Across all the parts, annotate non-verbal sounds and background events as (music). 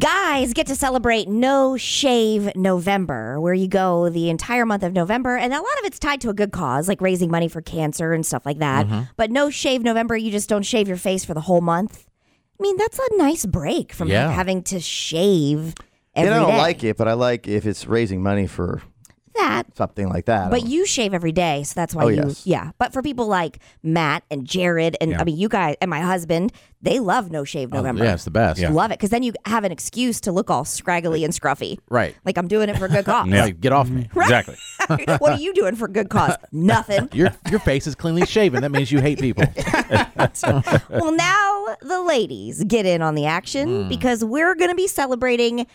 Guys get to celebrate No Shave November, where you go the entire month of November. And a lot of it's tied to a good cause, like raising money for cancer and stuff like that. Mm-hmm. But No Shave November, you just don't shave your face for the whole month. I mean, that's a nice break from Yeah. having to shave every And day. I don't like it, but I like if it's raising money for that. something like that. I Oh. But don't- you shave every day, so that's why Oh, you yes. yeah. But for people like Matt and Jared and I mean you guys and my husband, they love no shave November. Oh, Yeah, it's the best. Love it because then you have an excuse to look all scraggly and scruffy. Right. Like I'm doing it for a good cause. Like, get off me. Exactly. (laughs) what are you doing for a good cause? Nothing. (laughs) Your your face is cleanly shaven. That means you hate people. well, now the ladies get in on the Hmm. action because we're going to be celebrating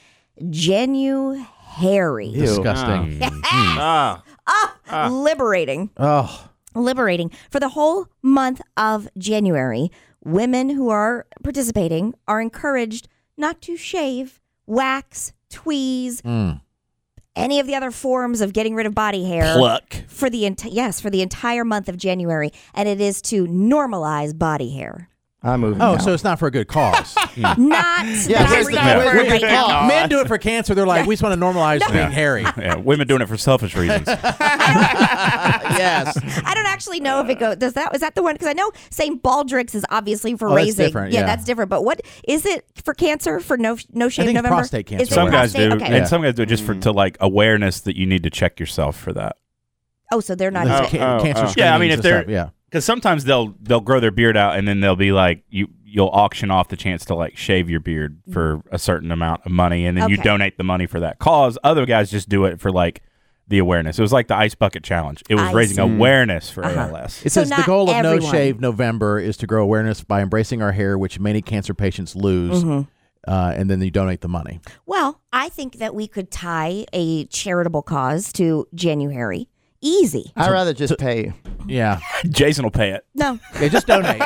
Genu (laughs) Harry. (laughs) Disgusting. Ah, Liberating. Oh, liberating for the whole month of January. Women who are participating are encouraged not to shave, wax, tweeze, Hmm. any of the other forms of getting rid of body hair pluck. for the ent- yes for the entire month of January, and it is to normalize body (laughs) hair. I'm moving. oh, now. (laughs) so it's not for a good (laughs) cause. Not Yeah, where's not the- that where's word the right now. Oh, Men do it for cancer. They're like, we just want to normalize being hairy. Yeah, women doing it for (laughs) selfish reasons. yes. I don't actually know if it goes. Does that is that the one? Because I know Saint Baldrick's is obviously for Oh, that's raising. different, yeah. that's different. But what is it for cancer? For no no shave think it's November. prostate cancer. It's some for guys do, prostate? Okay. Mm. and some guys do it just for to like awareness that you need to check yourself for that. Oh, so they're not. There's just ca- oh, cancer oh. screenings Yeah, I mean, if and they're- stuff, yeah. Because sometimes they'll they'll grow their beard out, and then they'll be like, you you'll auction off the chance to like shave your beard for a certain amount of money, and then you Okay. donate the money for that cause. Other guys just do it for like the awareness. It was like the ice bucket challenge. It was I raising see. Uh-huh. awareness for ALS. It So says the not goal of No everyone. Shave November is to grow awareness by embracing our hair, which many cancer patients lose, uh, and then you donate the (laughs) money. Well, I think that we could tie a charitable cause to January. Easy. I'd rather just pay. Yeah, Jason will pay it. No. yeah. Just (laughs) donate.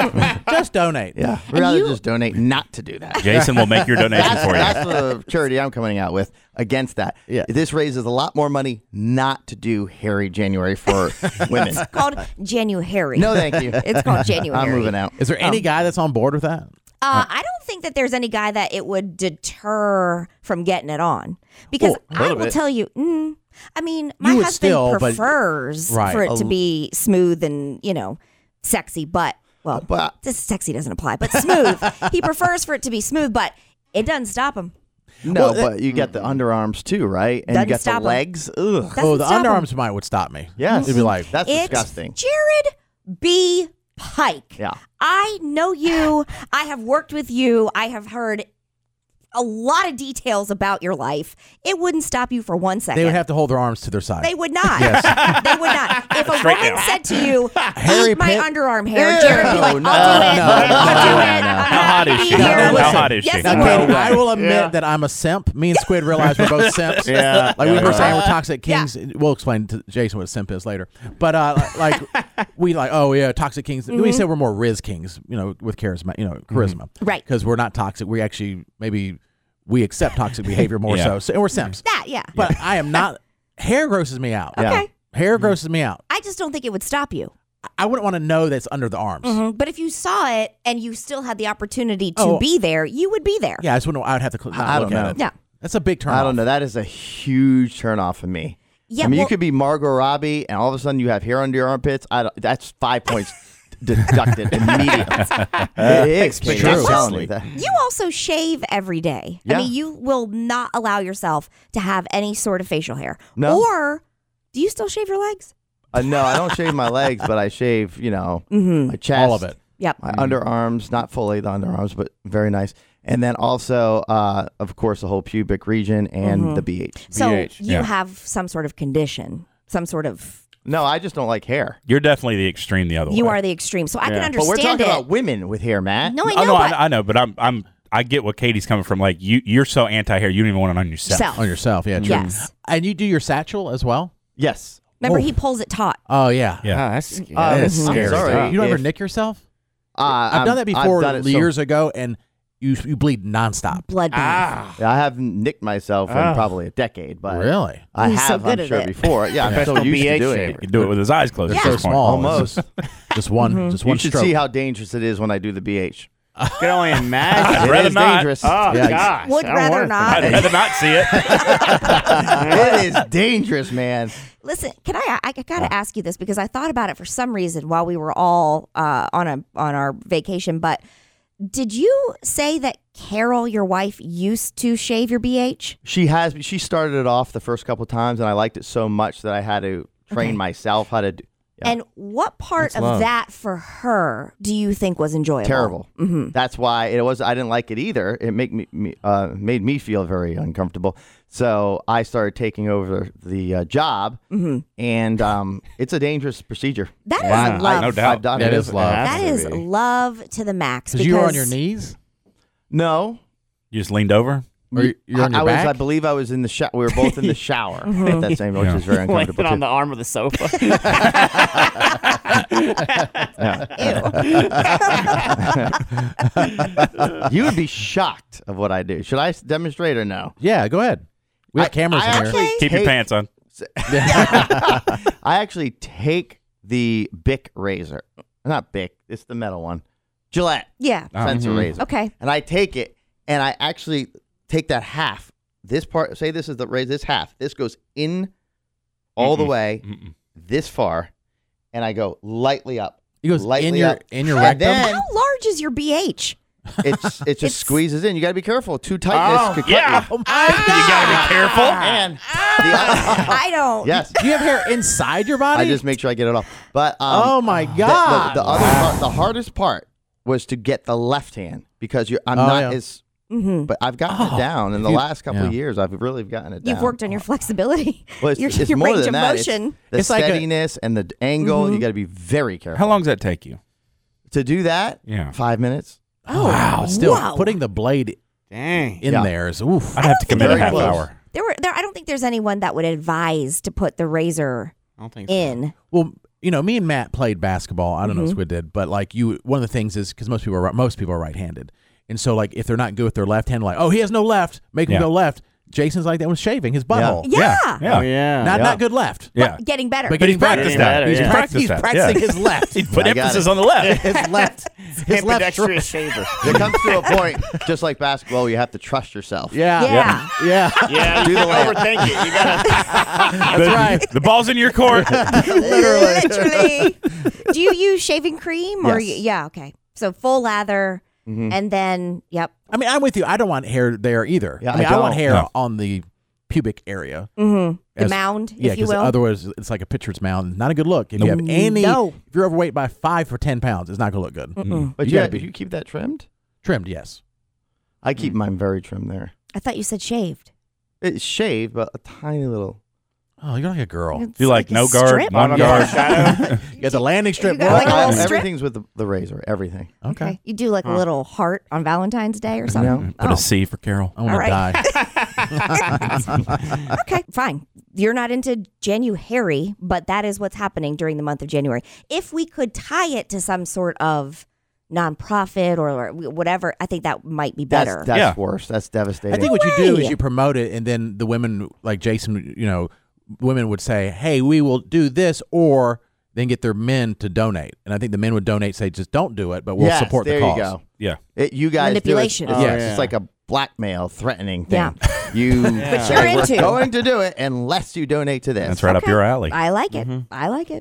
just donate. Yeah, I'd rather you- just donate not to do (laughs) that. Jason (laughs) will make your donation That's, for you. that's the charity I'm coming out with against that. Yeah. This raises a lot more money not to do hairy (laughs) January for women. called January. No, thank you. It's (laughs) called January. I'm moving out. Is there any guy that's on board with that? Uh, I don't think that there's any guy that it would deter from getting it on because Oh, Well, a little I will bit. tell you. Mm, I mean, my would husband still, but- prefers Right. for A it to be smooth and you know sexy, but well, But- this sexy doesn't apply, but (laughs) smooth. he prefers for it to be smooth, but it doesn't stop him. No, but you got the underarms too, right? And Doesn't you got stop the 'em. legs. Ugh. Doesn't oh, the stop him. underarms might would stop me. Yes. it'd be like That's It's disgusting. Jared B. Pike. Yeah. I know you. I have worked with you. I have heard a lot of details about your life. It wouldn't stop you for one second. they would have to hold their arms to their side. They would not. (laughs) They would not. If a woman said to you, Harry "Eat my Pitt- underarm hair," Jared would be like, "I'll do no, it. no, I'll do no, it. no, no. I'm How hot happy is to she? be No, here." no, Listen, listen. How hot is yes, she? he Now, would. Katie, I will admit that I'm a simp. Me and Squid realize we're both simps. Yeah. Like we Yeah. were saying, we're toxic kings. We'll explain to Jason what a simp is later. But uh, like (laughs) we like, oh yeah, toxic kings. Mm-hmm. We said we're more riz kings, you know, with charisma, you know, charisma, Right. Because we're not toxic. We actually maybe we accept toxic behavior more Yeah. so. so, and we're simps. That, yeah. But I am not. Hair grosses me out. Yeah. Okay. Hair grosses me out. I just don't think it would stop you. I wouldn't want to know that's under the arms. Mhm. But if you saw it and you still had the opportunity to Oh. be there, you would be there. Yeah, I just wouldn't. I would have to. Cl- not I look don't at know. it. Yeah. That's a big turn. I don't know. That is a huge turnoff of me. Yeah, I mean, well- you could be Margot Robbie, and all of a sudden you have hair under your armpits. I don't, that's five points (laughs) deducted immediately. (laughs) it is. Katie. True. I'm telling you that. You also shave every day. Yeah. I mean, you will not allow yourself to have any sort of facial hair. No. Or do you still shave your legs? Uh, no, I don't shave my legs, but I shave, you know, Mm-hmm. my chest, All of it. Mm-hmm. Yep. my underarms, not fully the underarms, but very nice. And then also, uh, of course, the whole pubic region and Mm-hmm. the BH. so BH, you yeah. have some sort of condition, some sort of. No, I just don't like hair. You're definitely the extreme the other You way. are the extreme, so I can But we're understand talking it. about women with hair, Matt. no, I know, Oh, no, but I, I know, but I'm I'm I get what Katie's coming from. Like you, you're so anti hair, you don't even want it on yourself. self. on yourself. Yeah, true. Yes. And you do your satchel as well. Yes. Remember, Oh. he pulls it taut. Oh yeah. Yeah. that's scary. Uh, That is I'm scary sorry. stuff. You don't ever If- nick yourself? Uh, I've I'm- done that before I've done it so- years ago, and you you bleed nonstop. Blood bath. Ah, I haven't nicked myself in Ah. probably a decade, but Really? I He's so have, good I'm at sure, it. before. Yeah, (laughs) I'm so Professional used to BH doing shaver. it. You do it with his eyes closed. Yeah. At So this point. small. Almost. (laughs) Mm-hmm. Just one. Just You one should stroke. see how dangerous it is when I do the BH. Can only imagine. It (laughs) (laughs) I'd rather is not. dangerous. Oh, Yeah. gosh. Would I don't rather want it. not. I'd rather not see it it. is dangerous, man. Listen, can I? I, I gotta ask you this because I thought about it for some reason while we were all uh, on a on our vacation. But did you say that Carol, your wife, used to shave your BH? She has. She started it off the first couple times, and I liked it so much that I had to train myself how to. Do, yeah, And what part That's of love. that for her do you think was enjoyable? terrible. Mm-hmm. That's why it was. I didn't like it either. It make me, me uh, made me feel very uncomfortable. So I started taking over the uh, job, Mm-hmm. and um, it's a dangerous procedure. That is Wow. love. No doubt. I've done That it. is It love. has That to is be. love to the max. Because you were on because- your knees, no. You just leaned over. or you- you're on I, your I back. was, I believe, I was in the shower. We were both (laughs) in the shower Uh-huh. at that same, which Yeah. is (laughs) very Landed (laughs) uncomfortable. on too. the arm of the sofa. you would be shocked of what I do. Should I s- demonstrate or no? yeah, go ahead. We have I- cameras I in here. actually Keep your take- pants on. I actually take the Bic razor, not Bic, it's the metal one, Gillette (laughs) Yeah. Oh. Oh. sensor Mm-hmm. razor, Okay. and I take it and I actually take that half. This part, say this is the razor, this half, this goes in all Mm-hmm. the way Mm-mm. this far, and I go lightly up. It goes in lightly your up. in your And rectum. then- How large is your (laughs) BH? It's it just squeezes in. You got to be careful. Too Oh, tightness could cut yeah. you. You gotta be careful. Ah. And the, I don't. (laughs) yes, (laughs) Do you have hair inside your body? I just make sure I get it off. But um, oh my the, god! the, the other part, the hardest part was to get the left hand because you're. I'm Oh, not yeah. Oh. as. Mm-hmm. But I've gotten it down in the last couple of years. I've really gotten it down. You've worked on your flexibility, (laughs) Well, it's, your, it's your more range than of that. It's motion. Mm-hmm. the It's like a- steadiness and the angle. You got to be very careful How long does that take you? to do that. Yeah. five minutes. oh, wow, still wow. putting the blade Dang. in Yeah. there is oof. I'd have to commit a Very half close. hour. There were there. I don't think there's anyone that would advise to put the razor I don't think in. Well, you know, me and Matt played basketball. I don't Mm-hmm. know if Squid did, but like you, one of the things is because most people are most people are right-handed, and so like if they're not good with their left hand, like oh he has no left, make him Yeah. go left. Jason's like that with shaving his butthole. Yeah. Yeah. Oh, yeah. not Yeah. not good left. Yeah. Getting better. But But he's he's practiced practicing that. better, He's yeah. practiced he's that. practicing yeah. his left. (laughs) He's put I got emphasis it. on (laughs) the (laughs) left. his left. His left. shoulder. Ambidextrous shaver. There comes to a point, just like basketball, where you have to trust yourself. Yeah. Yeah. Yeah. Yeah, Do you the can layup. overthink it. You gotta That's right. The ball's in (laughs) your court. (laughs) Literally. Do you use shaving cream or Yes. you, yeah? Okay. So full lather, and then yep. I mean, I'm with you. I don't want hair there either. Yeah, I mean, I I, want don't. hair No. on the pubic area. The As- mound, Yeah, if you because will. otherwise it's like a pitcher's mound. Not a good look. If you have any, No. Mm. if you're overweight by five or ten pounds, it's not gonna look good. But You you, gotta got- be- you keep that trimmed? Trimmed, Hmm. yes. I keep mine very trimmed there. I thought you said shaved. It's shaved, but a tiny little. Oh, you're like a girl. It's You like a no guard, strip. one Yeah. guard (laughs) shadow. You got the landing strip. got, like, boy. a little I- strip? um, everything's with the, the razor. Everything. okay. Okay. You do like a little heart on Valentine's Day or something. No. Put Oh. a C for Carol. I want All to right. die. Okay, fine. You're not into January, but that is what's happening during the month of January. If we could tie it to some sort of nonprofit or, or whatever, I think that might be That's better. that's Yeah. worse. That's devastating. I think what you do way. is you promote it, and then the women, like Jason, you know, women would say, "Hey, we will do this," or then get their men to donate. And I think the men would donate, say, "Just don't do it," but we'll Yes, support there the cause. you go. Yeah. It, you guys Manipulation. Do it, it's, Oh, it's yeah. just like a blackmail, threatening thing. Yeah. (laughs) You But say, you're we're into. going to do it unless you donate to this. That's right up Okay. your alley. I like it. I like it.